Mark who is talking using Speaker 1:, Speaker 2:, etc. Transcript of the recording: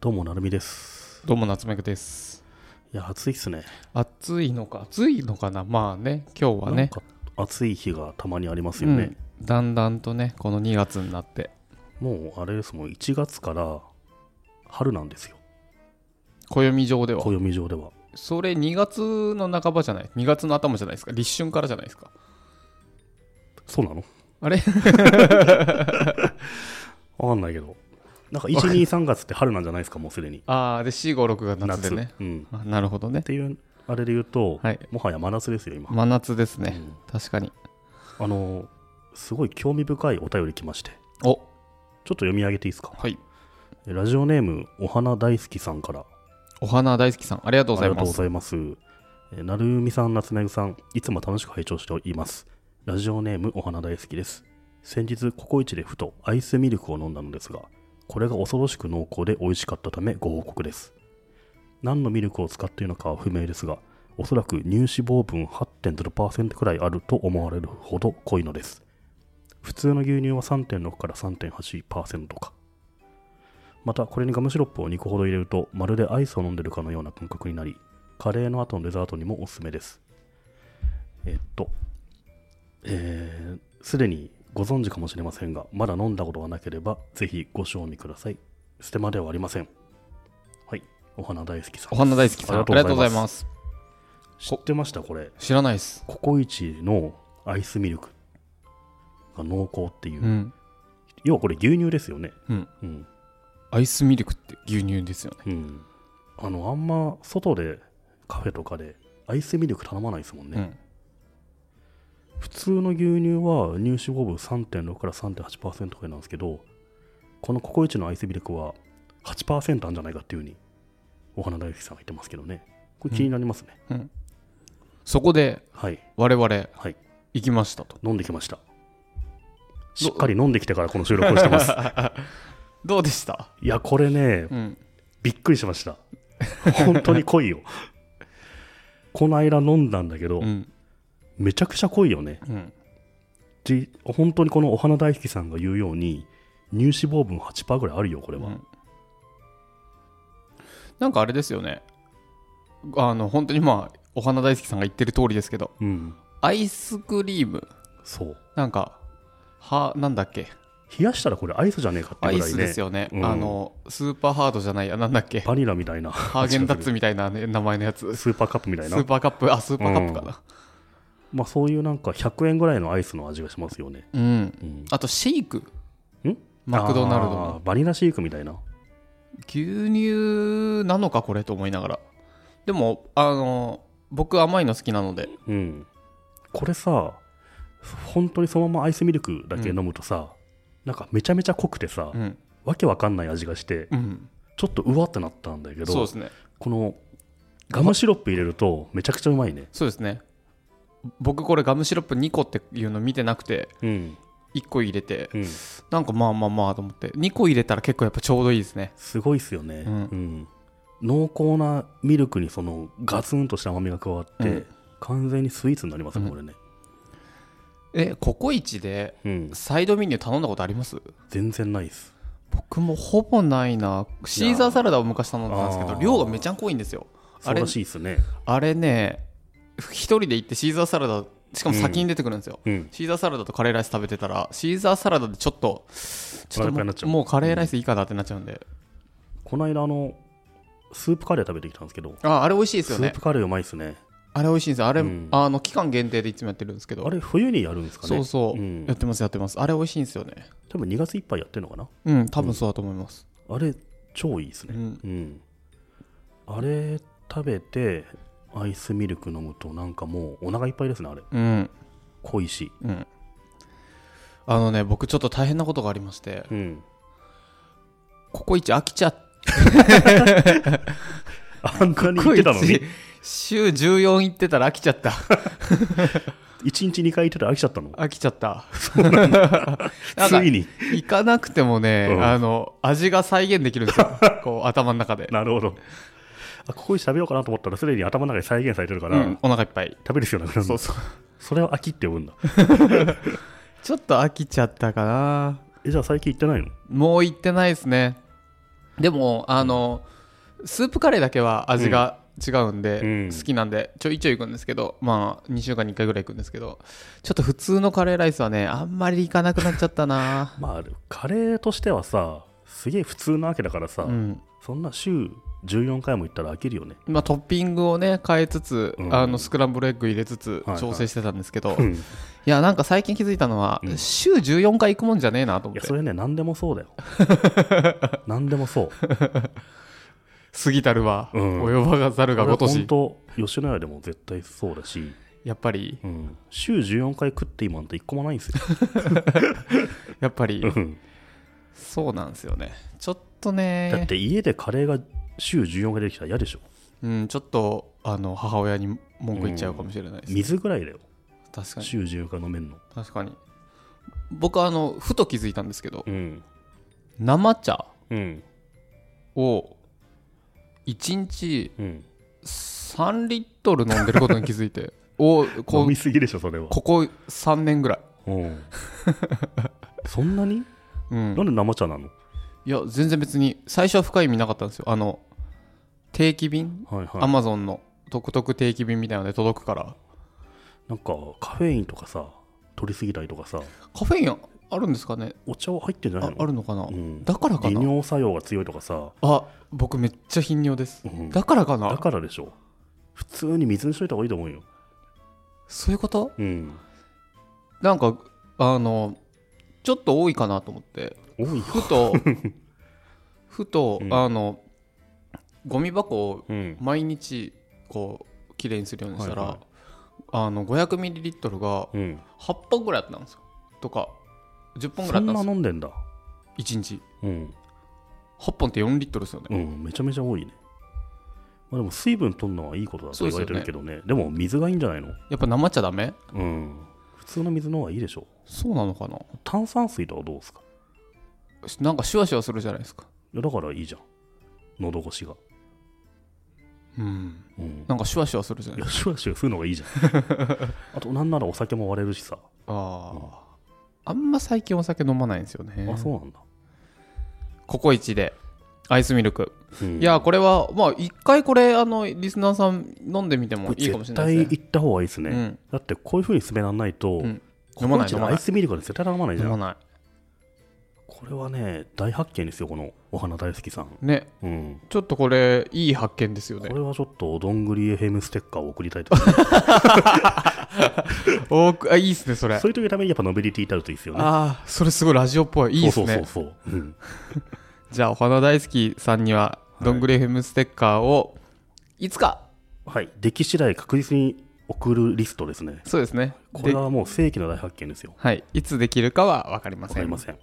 Speaker 1: どうもなるみです。
Speaker 2: どうも夏目くです。
Speaker 1: いや暑いっすね。
Speaker 2: 暑いのか暑いのかなまあね今日は
Speaker 1: なん
Speaker 2: ね
Speaker 1: か暑い日がたまにありますよね。
Speaker 2: うんだんだんとねこの2月になって
Speaker 1: もうあれですもん1月から春なんですよ。
Speaker 2: 暦上では
Speaker 1: 暦上では。
Speaker 2: それ2月の半ばじゃない2月の頭じゃないですか立春からじゃないですか
Speaker 1: そうなの？
Speaker 2: あれ
Speaker 1: わかんないけど。なんか1、2、3月って春なんじゃないですかもうすでに。
Speaker 2: ああで456が夏でね
Speaker 1: うん。
Speaker 2: あなるほどね
Speaker 1: っていうあれで言うと、
Speaker 2: はい
Speaker 1: もはや真夏ですよ今。
Speaker 2: 真夏です
Speaker 1: う
Speaker 2: ね
Speaker 1: ん
Speaker 2: 確かに
Speaker 1: あのすごい興味深いお便り来まして。
Speaker 2: お
Speaker 1: ちょっと読み上げていいですか
Speaker 2: はい
Speaker 1: ラジオネームお花大好きさんから
Speaker 2: お花大好きさんありがとうござい
Speaker 1: ありがとう
Speaker 2: ま
Speaker 1: ご
Speaker 2: す
Speaker 1: ざいます。えーなるみさん、夏目さん、いつも楽しく拝聴しております。ラジオネーム、お花大好きです。先日、ココイチでふとアイスミルクを飲んだのですが、これが恐ろしく濃厚で美味しかったためご報告です。何のミルクを使っているのかは不明ですが、おそらく乳脂肪分8.0%くらいあると思われるほど濃いのです。普通の牛乳は3.6から3.8%か。またこれにガムシロップを2個ほど入れるとまるでアイスを飲んでるかのような感覚になりカレーの後のデザートにもおすすめですえっとえーすでにご存知かもしれませんがまだ飲んだことがなければぜひご賞味ください捨てまではありませんはいお花大好きさん
Speaker 2: お花大好きさんありがとうございますす
Speaker 1: 知ってましたこれ
Speaker 2: 知らないです
Speaker 1: ココイチのアイスミルクが濃厚っていう、
Speaker 2: うん
Speaker 1: 要はこれ牛乳ですよね
Speaker 2: うん
Speaker 1: うん
Speaker 2: アイスミルクって牛乳ですよね
Speaker 1: うん、あのあんま外でカフェとかでアイスミルク頼まないですもんね、
Speaker 2: うん
Speaker 1: 普通の牛乳は乳脂肪分3.6から3.8%ぐらいなんですけどこのココイチのアイスミルクは8%あるんじゃないかっていうふうにお花大好きさんが言ってますけどねこれ気になりますね、
Speaker 2: そこで
Speaker 1: はい
Speaker 2: 我々
Speaker 1: はい
Speaker 2: 行きましたと
Speaker 1: 飲んできましたしっかり飲んできてからこの収録をして ます
Speaker 2: どうでした
Speaker 1: いやこれね
Speaker 2: うん
Speaker 1: びっくりしました本当に濃いよこの間飲んだんだけど、
Speaker 2: うん
Speaker 1: めちゃくちゃ濃いよね
Speaker 2: うん
Speaker 1: じ本当にこのお花大好きさんが言うように乳脂肪分8%ぐらいあるよこれは、
Speaker 2: うんなんかあれですよねあの本当にまあお花大好きさんが言ってる通りですけど
Speaker 1: うん
Speaker 2: アイスクリーム
Speaker 1: そう
Speaker 2: なんかはなんだっけ
Speaker 1: 冷やしたらこれアイスじゃねえかって
Speaker 2: ア
Speaker 1: ぐ
Speaker 2: イ
Speaker 1: らい
Speaker 2: スで
Speaker 1: ね
Speaker 2: すよね
Speaker 1: うん
Speaker 2: あのスーパーハードじゃないやなんだっけ
Speaker 1: バニラみたい な
Speaker 2: ハーゲンダッツ
Speaker 1: ス
Speaker 2: みたいな、ね、名前のやつス
Speaker 1: ーパーカップみたいな
Speaker 2: ーパーカップあスーパーカップかな
Speaker 1: まあ、そういうなんか100円ぐらいのアイスの味がしますよね、
Speaker 2: うん、
Speaker 1: うん、
Speaker 2: あとシェイク
Speaker 1: ん
Speaker 2: マクドナルド
Speaker 1: あー
Speaker 2: の
Speaker 1: バニラシェイクみたいな
Speaker 2: 牛乳なのかこれと思いながらでもあの僕甘いの好きなので
Speaker 1: うんこれさ本当にそのままアイスミルクだけ飲むとさ、なんかめちゃめちゃ濃くてさ、
Speaker 2: うん
Speaker 1: わけわかんない味がして
Speaker 2: うん
Speaker 1: ちょっとうわってなったんだけど
Speaker 2: そうですね
Speaker 1: このガムシロップ入れるとめちゃくちゃうまいね。
Speaker 2: そうですね僕これガムシロップ2個っていうの見てなくて
Speaker 1: うん。
Speaker 2: 1個入れて
Speaker 1: うん、
Speaker 2: なんかまあまあまあと思って2個入れたら結構やっぱちょうどいいですね
Speaker 1: すごいっすよね、う
Speaker 2: うん
Speaker 1: ん。濃厚なミルクにそのガツンとした甘みが加わって、
Speaker 2: うん
Speaker 1: 完全にスイーツになりますね、これね。
Speaker 2: えココイチで
Speaker 1: うん。
Speaker 2: サイドメニュー頼んだことあります
Speaker 1: 全然ないっす。
Speaker 2: 僕もほぼないなシーザーサラダを昔頼んだんですけ
Speaker 1: あ
Speaker 2: ど
Speaker 1: ー
Speaker 2: 量がめちゃ濃いんですよ
Speaker 1: そ
Speaker 2: あ
Speaker 1: う
Speaker 2: れ
Speaker 1: らしいっすね。
Speaker 2: あれね1人で行ってシーザーサラダしかも先に出てくるんですよ、
Speaker 1: うん。
Speaker 2: シーザーサラダとカレーライス食べてたらシーザーサラダでちょっとちょっ
Speaker 1: お腹いっぱいになっち
Speaker 2: と
Speaker 1: ゃう
Speaker 2: もうもうカレーライスいいかなってなっちゃうんで、
Speaker 1: この間、あの、スープカレー食べてきたんですけど、
Speaker 2: ああれ美味しいです
Speaker 1: ス
Speaker 2: よ
Speaker 1: ー
Speaker 2: ね
Speaker 1: プカレーうまいっすね。
Speaker 2: あれ美味しいんですよあれ、
Speaker 1: うん
Speaker 2: あの期間限定でいつもやってるんですけど
Speaker 1: あれ、冬にやるんですかね。
Speaker 2: そうそう、
Speaker 1: うん
Speaker 2: やってますやってますあれ美味しいんですよね
Speaker 1: 多分2月いっぱいやってるのかな。
Speaker 2: うん多分そうだと思います、
Speaker 1: あれ、超いいっすね
Speaker 2: う。ん
Speaker 1: うん、あれ食べてアイスミルク飲むとなんかもうお腹いっぱいですねあれ
Speaker 2: うん
Speaker 1: 濃いし、
Speaker 2: うんあのね僕ちょっと大変なことがありまして
Speaker 1: うん、
Speaker 2: ココイチ飽きちゃっ
Speaker 1: あんなに行
Speaker 2: コ
Speaker 1: っ
Speaker 2: イ
Speaker 1: てたのに
Speaker 2: チ週14行ってたら飽きちゃった
Speaker 1: 1日2回行ってたら飽きちゃったの
Speaker 2: 飽きちゃ ったなんか
Speaker 1: ついに
Speaker 2: 行かなくてもね、
Speaker 1: うん
Speaker 2: あの味が再現できるんですよこう頭の中で
Speaker 1: なるほどあここに喋ろうかなと思ったらすでに頭の中で再現されてるから、
Speaker 2: うんお腹いっぱい
Speaker 1: 食べる必要なくなる
Speaker 2: そう
Speaker 1: の
Speaker 2: そう
Speaker 1: それを飽きって呼ぶんだ
Speaker 2: ちょっと飽きちゃったかな
Speaker 1: えじゃあ最近行ってないの
Speaker 2: もう行ってないですねでもあの、スープカレーだけは味が違うんで、
Speaker 1: うん
Speaker 2: 好きなんでちょいちょい行くんですけどまあ2週間に1回ぐらい行くんですけどちょっと普通のカレーライスはねあんまり行かなくなっちゃった な
Speaker 1: まあカレーとしてはさすげえ普通なわけだからさ、
Speaker 2: うん
Speaker 1: そんな週14回も行ったら飽きるよね
Speaker 2: まあ、トッピングをね変えつつ、
Speaker 1: うん
Speaker 2: あのスクランブルエッグ入れつつ
Speaker 1: はいはい
Speaker 2: 調整してたんですけど、
Speaker 1: う
Speaker 2: い
Speaker 1: んい
Speaker 2: やなんか最近気づいたのは、
Speaker 1: うん
Speaker 2: 週14回行くもんじゃねえなと思
Speaker 1: や
Speaker 2: って
Speaker 1: それね何でもそうだ よ何でもそう
Speaker 2: 過ぎたるは、
Speaker 1: うん
Speaker 2: 及ばがざるが
Speaker 1: 俺
Speaker 2: ごと
Speaker 1: 本
Speaker 2: し
Speaker 1: 当吉野家でも絶対そうだし、
Speaker 2: やっぱり
Speaker 1: うん、週14回食って今なんて一個もないんです よ、
Speaker 2: やっぱり、
Speaker 1: うん
Speaker 2: そうなんですよねちょっとね
Speaker 1: だって家でカレーが週14回できたら嫌でしょ
Speaker 2: うん、ちょっとあの母親に文句言っちゃうかもしれないです、
Speaker 1: 水ぐらいだよ
Speaker 2: 確かに
Speaker 1: 週14回飲めんの
Speaker 2: 確かに僕あのふと気づいたんですけど
Speaker 1: うん
Speaker 2: 生茶
Speaker 1: うん
Speaker 2: を1日
Speaker 1: うん
Speaker 2: 3リットル飲んでることに気づい ておこ
Speaker 1: 飲
Speaker 2: う
Speaker 1: みすぎでしょそれは
Speaker 2: ここ3年ぐらい、
Speaker 1: うんそんなに
Speaker 2: うん
Speaker 1: な、んで生茶なの
Speaker 2: いや全然別に最初は深い意味なかったんですよあの定期便
Speaker 1: はい
Speaker 2: ア
Speaker 1: はい
Speaker 2: マゾンの特特定期便みたいなので届くから
Speaker 1: なんかカフェインとかさ取りすぎたりとかさ
Speaker 2: カフェインあるんですかね
Speaker 1: お茶は入ってんじゃな
Speaker 2: あ
Speaker 1: いの
Speaker 2: あるのかな、
Speaker 1: うん
Speaker 2: だからか
Speaker 1: 利
Speaker 2: な
Speaker 1: 尿作用が強いとかさ、
Speaker 2: あ僕めっちゃ頻尿です
Speaker 1: うんだ
Speaker 2: だからかな
Speaker 1: からでしょ普通に水にしといた方がいいと思うよ
Speaker 2: そういうこと
Speaker 1: うん
Speaker 2: なんかあのちょっと多いかなと思って
Speaker 1: 多いよ
Speaker 2: ふとふと、
Speaker 1: うん
Speaker 2: あのゴミ箱を
Speaker 1: うん
Speaker 2: 毎日こうきれいにするようにしたら、
Speaker 1: はいはい
Speaker 2: あの500ミリリットルが
Speaker 1: うん
Speaker 2: 8本ぐらいあったんですよとか10本
Speaker 1: そ
Speaker 2: ぐらいあ
Speaker 1: ん
Speaker 2: ったんで
Speaker 1: な
Speaker 2: すよ
Speaker 1: 飲んでんだ
Speaker 2: 1日
Speaker 1: うん
Speaker 2: 8本って4リットルですよね、
Speaker 1: うんめちゃめちゃ多いねまあでも水分取るのはいいことだと
Speaker 2: そうで
Speaker 1: 言わ
Speaker 2: す
Speaker 1: れ
Speaker 2: よね
Speaker 1: てるけどねでも水がいいんじゃないの
Speaker 2: やっぱ生茶ダメ
Speaker 1: うん普通の水の方がいいでしょ
Speaker 2: そうなのかな
Speaker 1: 炭酸水とかどうですか
Speaker 2: なんかシュワシュワするじゃないですか
Speaker 1: いやだからいいじゃん喉越しが
Speaker 2: うん
Speaker 1: うん
Speaker 2: なんかシュワシュワするじゃない
Speaker 1: い
Speaker 2: で
Speaker 1: や
Speaker 2: すか
Speaker 1: シュワシュワするのがいいじゃん あとなんならお酒も割れるしさ
Speaker 2: あああんま最近お酒飲まないんですよね
Speaker 1: あそうなんだ
Speaker 2: ココイチでアイスミルク、
Speaker 1: うん
Speaker 2: いやこれはまあ一回これあのリスナーさん飲んでみても
Speaker 1: これ
Speaker 2: いいかもし
Speaker 1: 絶
Speaker 2: れない
Speaker 1: 対
Speaker 2: です
Speaker 1: 行
Speaker 2: ね
Speaker 1: った方がいいですね、
Speaker 2: うん
Speaker 1: だってこういう風に滑らないと、
Speaker 2: うん
Speaker 1: こ
Speaker 2: 飲
Speaker 1: の
Speaker 2: まな
Speaker 1: う
Speaker 2: い
Speaker 1: ち
Speaker 2: 飲
Speaker 1: の
Speaker 2: ま
Speaker 1: ア
Speaker 2: な
Speaker 1: イスミルクは絶対飲まない
Speaker 2: い
Speaker 1: じ
Speaker 2: 飲
Speaker 1: ゃ
Speaker 2: ま
Speaker 1: ん
Speaker 2: な
Speaker 1: これはね大発見ですよこのお花大好きさん、
Speaker 2: いね
Speaker 1: うん、
Speaker 2: ちょっとこれいい発見ですよ
Speaker 1: こ
Speaker 2: ね
Speaker 1: れはちょっとどんぐりヘムステッカーを送りたいと
Speaker 2: おーあいいっすねそれ
Speaker 1: そういう時のためにやっぱノベリティになるといいですよね
Speaker 2: ああそれすごいラジオっぽいいいっすね
Speaker 1: そうそうそうそう、うん、
Speaker 2: じゃあお花大好きさんにはどんぐり FM ステッカーをいつか
Speaker 1: はい出来次第確実に送るリストですね
Speaker 2: そうですね
Speaker 1: これ
Speaker 2: で
Speaker 1: はもう世紀の大発見ですよ
Speaker 2: はいいつできるかは分かりま
Speaker 1: わ
Speaker 2: せ
Speaker 1: かり
Speaker 2: ん
Speaker 1: ません